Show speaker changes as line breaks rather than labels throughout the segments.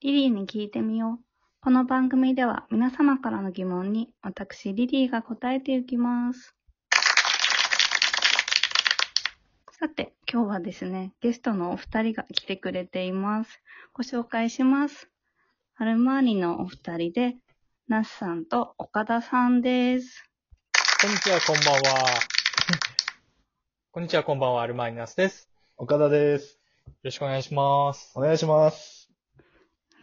リリーに聞いてみよう。この番組では皆様からの疑問に私、リリーが答えていきます。さて、今日はですね、ゲストのお二人が来てくれています。ご紹介します。アルマーニのお二人で、ナスさんと岡田さんです。
こんにちは、こんばんは。 こんにちは、こんばんは、アルマイナスです。
岡田です。
よろしくお願いします
お。願い します。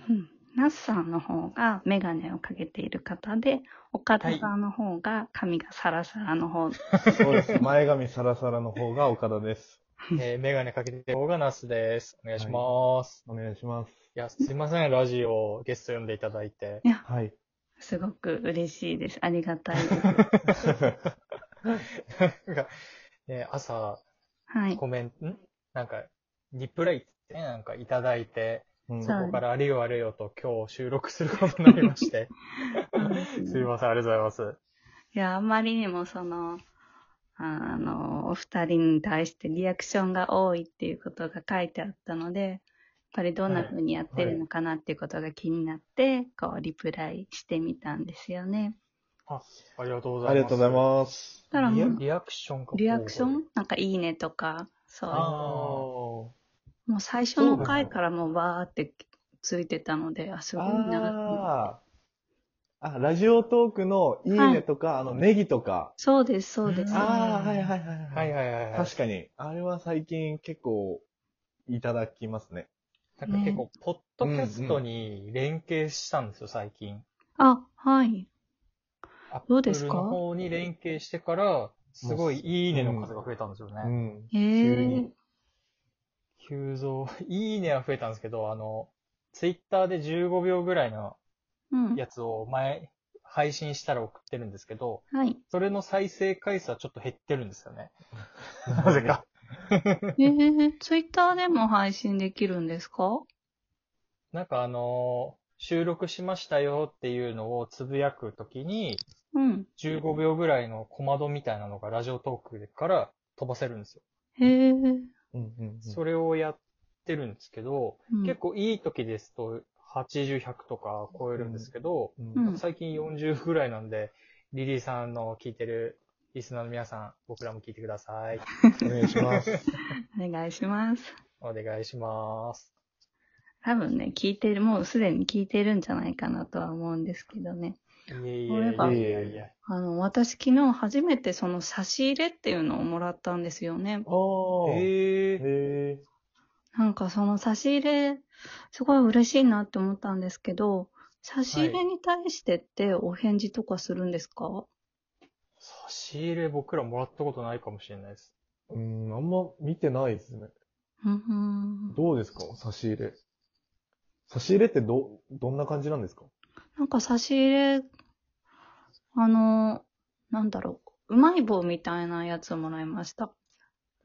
うんナスさんの方がメガネをかけている方で、岡田さんの方が髪がサラサラの方
そうです。前髪サラサラの方が岡田です。
えー、メガネかけてる方がナスです。お願いします。
お願いします。
い、や、すいません、ラジオゲスト呼んでいただいて。
はい。
すごく嬉しいです。ありがたいです。
なんか、ね、朝、
はい。
コメント、んなんか、リプレイってね、なんかいただいて、
うん
そ
そうこからあれよあれよと今日収録することになりまして。す いません、ありがとうございます。
いや、あまりにもその、あの、お二人に対してリアクションが多いっていうことが書いてあったので、やっぱりどんな風にやってるのかなっていうことが気になって、こう、リプライしてみたんですよね。
ありがとうございます。
ありがとうございます。
ただ
リ
も
ア
う、
リアクションか
リアクションなんかいいねとか、そういう
あ
もう最初の回からもうバーってついてたので、あ、すごいな。
あーあ、ラジオトークのいいねとか、あの、ネギとか。
そうです、そうです。
うん
ああ、はいはいは
はいいはいはいはい。
確かに。あれは最近結構いただきますね。
なんか結構、ポッドキャストに連携したんですよ、最近。
あ、はい。
アッ
どう
プ
です
ル
か
の方に連携してから、すごいいいねの数が増えたんですよ
う
ね。
ん。
え
急
え
に
急増。いいねは増えたんですけど、あの、ツイッターで15秒ぐらいの
うん。
やつを前、配信したら送ってるんですけど、
はい。
それの再生回数はちょっと減ってるんですよね。なぜか。
ええツイッターでも配信できるんですか
なんかあの収録しましたよっていうのをつぶやくときに、
うん。
15秒ぐらいの小窓みたいなのがラジオトークから飛ばせるんですよ。
へえ。
うんうんうん
それをやってるんですけど、
うん
結構いい時ですと80、100とか超えるんですけど、
う
うん
ん。
最近40ぐらいなんで、リリーさんの聞いてるリスナーの皆さん、僕らも聞いてください。
お願いします。
お願いします。
お願いします。
多分ね、聞いてる、もうすでに聞いてるんじゃないかなとは思うんですけどね。
いえい
そういえば
えいえいえいえ。
あの、私昨日初めてその差し入れっていうのをもらったんですよね。
おー。
えー、
へえ。
なんかその差し入れ、すごい嬉しいなって思ったんですけど、差し入れに対してってお返事とかするんですか、
差し入れ僕らもらったことないかもしれないです。
うん、あんま見てないですね。
うんうん。
どうですか差し入れ。差し入れってど、どんな感じなんですか
なんか差し入れ、あの、なんだろう、うまい棒みたいなやつをもらいました。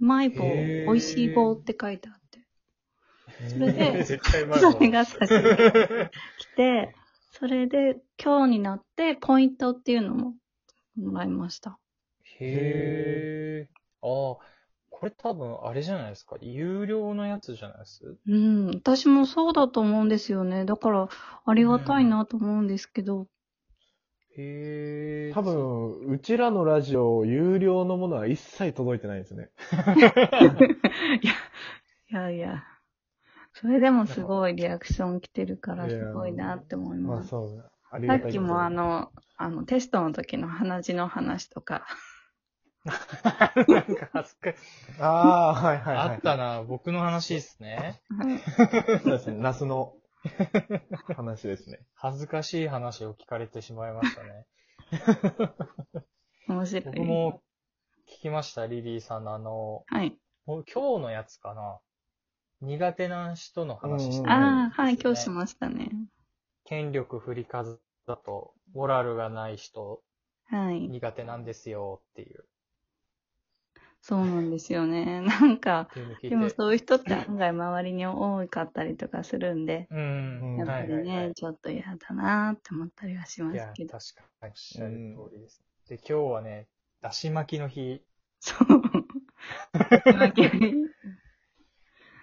うまい棒、
へ
美
ー
味しい棒って書いてあって。それで、
絶対うまいもん
それが差し入れが 来て、それで今日になってポイントっていうのももらいました。
へえ。ああ、これ多分あれじゃないですか。有料のやつじゃないです
うん、私もそうだと思うんですよね。だから、ありがたいなと思うんですけど。
へえ。
多。分、うちらのラジオ、有料のものは一切届いてないですね。
いやいや。それでもすごいリアクション来てるから、すごいなって思い
ま
ま
あ
す。
そうだ。あり
さ
が
った
い
きもあ、の、あの、テストの時の鼻血の話と か。
なんか恥ずかしい。
ああ、はいはいはい。
あったな、僕の話ですね。
そうですね。ナスの話ですね。
恥ずかしい話を聞かれてしまいました ね。
面白い。
僕も聞きました、リリーさんのあの、
はい。
もう今日のやつかな。苦手な人の話して
うん
ああ、はい、今日し
す。
ましたね。
権力振りかずだと、モラルがない人
はい。
苦手なんですよっていう。
そうなんですよね。なんか、
っていうの聞いて
でもそういう人って案外周りに多かったりとかするんで、
うん。
やっぱりね、
はいはいはい
ちょっと嫌だなーって思ったりはしま
い
す
や、
け
確
ど。
かにおっしゃる通りです。で、今日はね、だし巻きの日。
そう。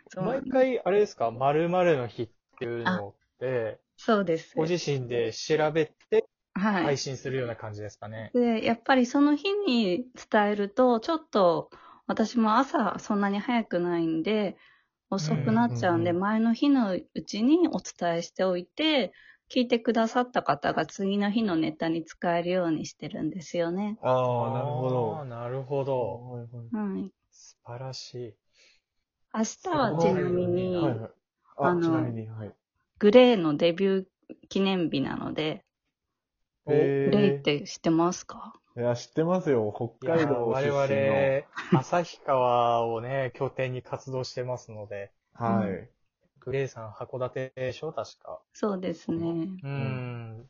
そう
毎回、あれですか、〇〇の日っていうのをて、
そうです。
ご自身で調べて
はい
配。信するような感じですかね。
で、やっぱりその日に伝えると、ちょっと私も朝そんなに早くないんで、遅くなっちゃうんで、
うん
前の日のうちにお伝えしておいて、聞いてくださった方が次の日のネタに使えるようにしてるんですよね。
ああ、なるほ
あー
ど。
なるほど。
はいはい
はい。
素晴らしい。
明日はちなみに、
はいはい。
あ
あ、
の
ちなみに、はい。
グレーのデビュー記念日なので、
お
え
グレーって知ってますか
いや、知ってますよ。
い
北
や
海
ー
道出身の。
我々、旭川をね、拠点に活動してますので、
は
う
い。
グレイさん函館でしょ確か。
そうですね。
うー
ん
ん。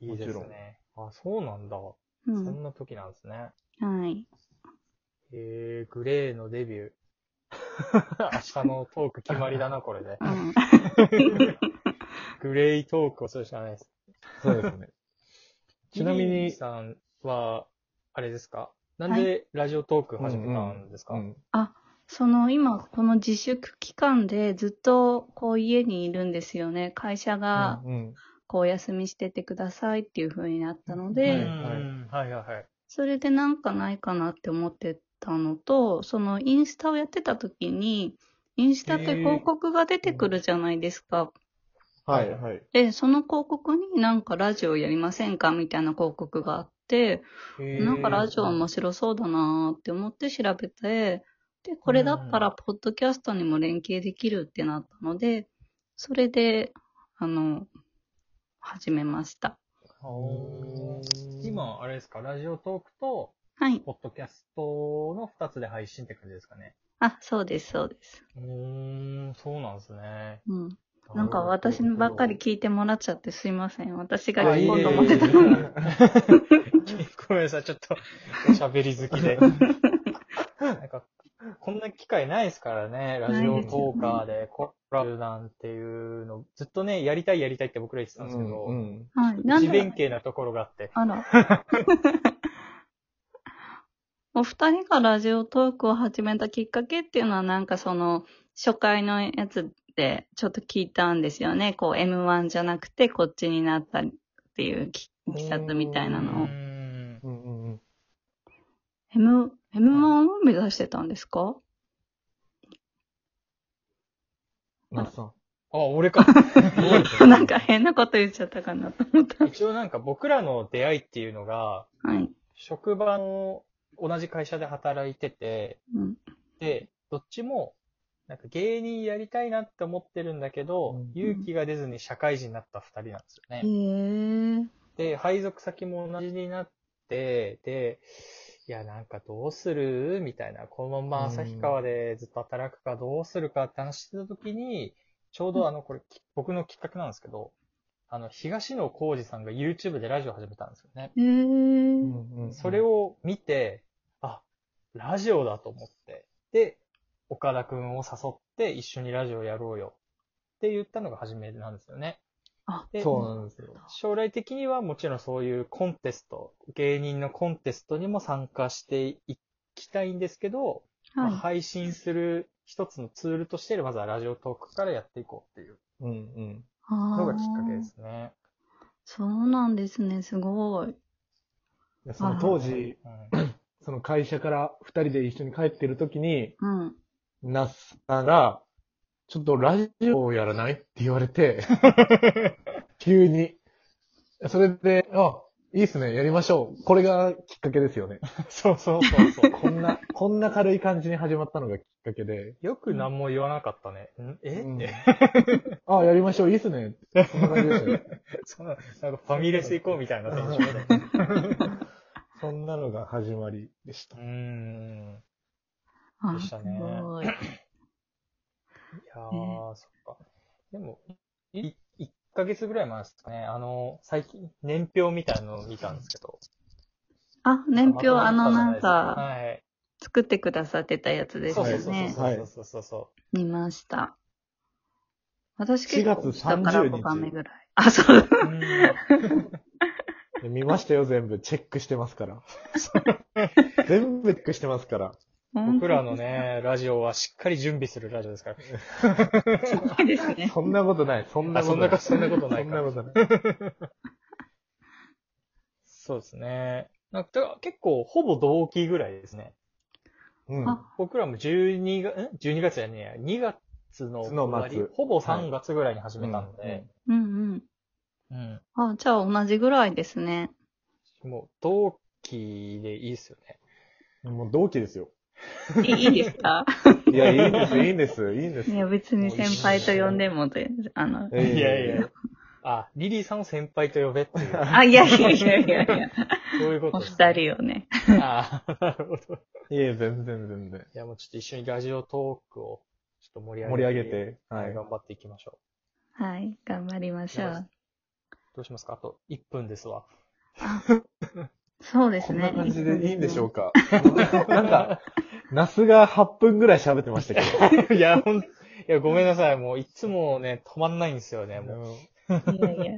いいです
もち
ね。あ、そうなんだ。
う
そん
ん。
な時なんですね。
はい。
えー、グレーのデビ ュー。明日のトーク決まりだな、これで。
うん。
グレイトークをするしかないです。
そうですね。ちなみ
リリー
に、
さんは、あれですかなんでラジオトーク始めたんですか、
うん
その今、この自粛期間でずっとこう家にいるんですよね。会社が
うん
こうお休みしててくださいっていう風になったの
う
で、
んはいはいはい。
それでなんかないかなって思ってたのと、そのインスタをやってた時に、インスタって広告が出てくるじゃないですか。
はい、はい。
で、その広告になんかラジオやりませんかみたいな広告があって、
へー
なんかラジオ面白そうだなーって思って調べて、で、これだったらポッドキャストにも連携できるってなったので、それで、あの、始めました。
おー今、あれですか、ラジオトークと、
はい。
ポッドキャストの2つで配信って感じですかね。
あ、そうです、そうです。
うーん、そうなんですね。
うん。なんか私にばっかり聞いてもらっちゃってすいません。私が
あいえ
聞
い
こうと思っ
え
てた。
ごめんなさい、ちょっと、喋り好きで。なんか、こんな機会ないですからね、ラジオトーカーでコラボなんていうの、ずっとね、やりたいやりたいって僕ら言ってたんですけど、
うんうん
はい。なん
自弁
で、
慶なところがあって。
あら。お二人がラジオトークを始めたきっかけっていうのはなんかその初回のやつでちょっと聞いたんですよね。こう M1 じゃなくてこっちになったっていうきいきさつみたいな
う
のを。
ん
うんうんうん
M、M1 を目指してたんですか
那須さん。
あ、俺か。
なんか変なこと言っちゃったかなと思った。
一応なんか僕らの出会いっていうのが、
はい。
職場の同じ会社で働いてて、
うん。
で、どっちも、なんか芸人やりたいなって思ってるんだけど、
うん
勇気が出ずに社会人になった二人なんですよ
へ
ね。
ー。
で、配属先も同じになって、で、いや、なんかどうするみたいな、このまま旭川でずっと働くかどうするかって話してた時に、ちょうどあの、これ、き僕のきっかけなんですけど、あの、東野幸治さんが YouTube でラジオ始めたんですよね。
へー。
うんうん
それ、を見て、あ、ラジオだと思って。で、岡田くんを誘って一緒にラジオやろうよって言ったのが初めなんですよね。
あ
で
そうなんですよ。
将来的にはもちろんそういうコンテスト、芸人のコンテストにも参加していきたいんですけど、まあ
はい。
配信する一つのツールとして、まずはラジオトークからやっていこうっていう
うんうん。
のが
あ
きっかけ
ー
ですね。
そうなんですね、すごい。
いやその当時、
うん
その会社から二人で一緒に帰ってる時に、
うん。
那須さんが、ちょっとラジオをやらないって言わ れて、急に。それで、あ、いいっすね、やりましょう。これがきっかけですよね。
そうそうそうそう。
こん な、こんな軽い感じに始まったのがきっかけで、
よく何も言わなかったね。んえ
うん
って。
あ、やりましょう、いいっすね。そんな感じでしたね。
そんな、なんかファミレス行こうみたいなテンションで。
そんなのが始まりでした
うー。ん。
あ
でしたね
すごい。
いやー、そっか。でも、い、1ヶ月ぐらい前ですかね。あの、最近、年表みたいなのを見たんですけど。
あ、年表、あの、なんか、
はい。
作ってくださってたやつです
そう
よ
そう
ね。
そうそうそうそ
見ました。私結構、
4月30
だから5番目ぐらい。あ、そう。
う。うん
見ましたよ、全部。チェックしてますから。全部チェックしてますから。
本当
僕らのね、ラジオはしっかり準備するラジオですから。
すごいです ね。
そんなことない。そんなことない。
あそんなことない
そ
そ
ん
んな
なこ
こと
ない。
そうですね。なんかだから結構、ほぼ同期ぐらいですね。
うん。
あ
僕らも12月、ん ?12 月じゃねえや、2月の終わり
の末
ほぼ3月ぐらいに始めたので、
うん
うん。
うん。あ、じゃあ同じぐらいですね。
もう、同期でいいですよね。
もう同期ですよ。
いいいですか
いや、いいんです、いいんです、いいんです。
いや、別に先輩と呼んでもで、あの、
ええ
いやいや。あ、リリーさんを先輩と呼べっていう、
あ、いやいやいやいやいや、
そういうこ
お
と
二人をね。
人。ああ、なるほど。
いや、全然全然。
いや、もうちょっと一緒にラジオトークを、ちょっと盛り上
盛
げて。
り上げて。は
はい、
い。
頑張っていきましょ
はい、頑張りましょ
よし
う。
う。どうしますかあと1分ですわ。
そうです
こん
ね。
な感じでいいんでしょう
う
か。なんか、ナスが8分ぐらい喋ってました け
いや、ほん、いや、ごめんなさい。もう、いつもね、止まんないんですよね、もう。
ど。
か。いやいや、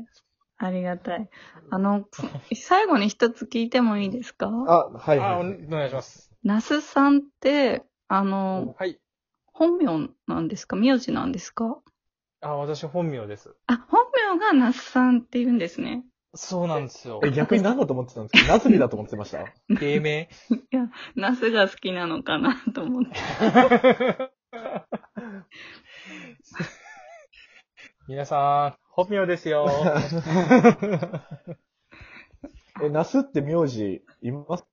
ありがたい。あの、最後に一つ聞いてもいいですか
あ、はい
あお
はい。
お願いします。
那須さんって、あの、
はい。
本名なんですか名字なんですか
あ、私本名です。
あ、本名が那須さんって言うんですね。
そうなんですよ
え、逆に何だと思ってたんですかナスビだと思ってました
芸名
那須が好きなのかなと思って。
皆さん、本名ですよ。
え、ナスって名字います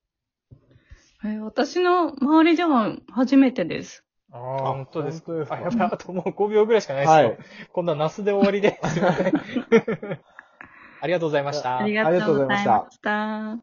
えー私の周りでは初めてです。
あー、本当です
本当ですか
あ、やばい、あともう5秒ぐらいしかないですよ。
はい。
今度はナスで終 わりです。すいません。ありがとうございました。
あり
あり
が
がと
と
う
うご
ござ
ざ
い
い
ま
ま
した
した。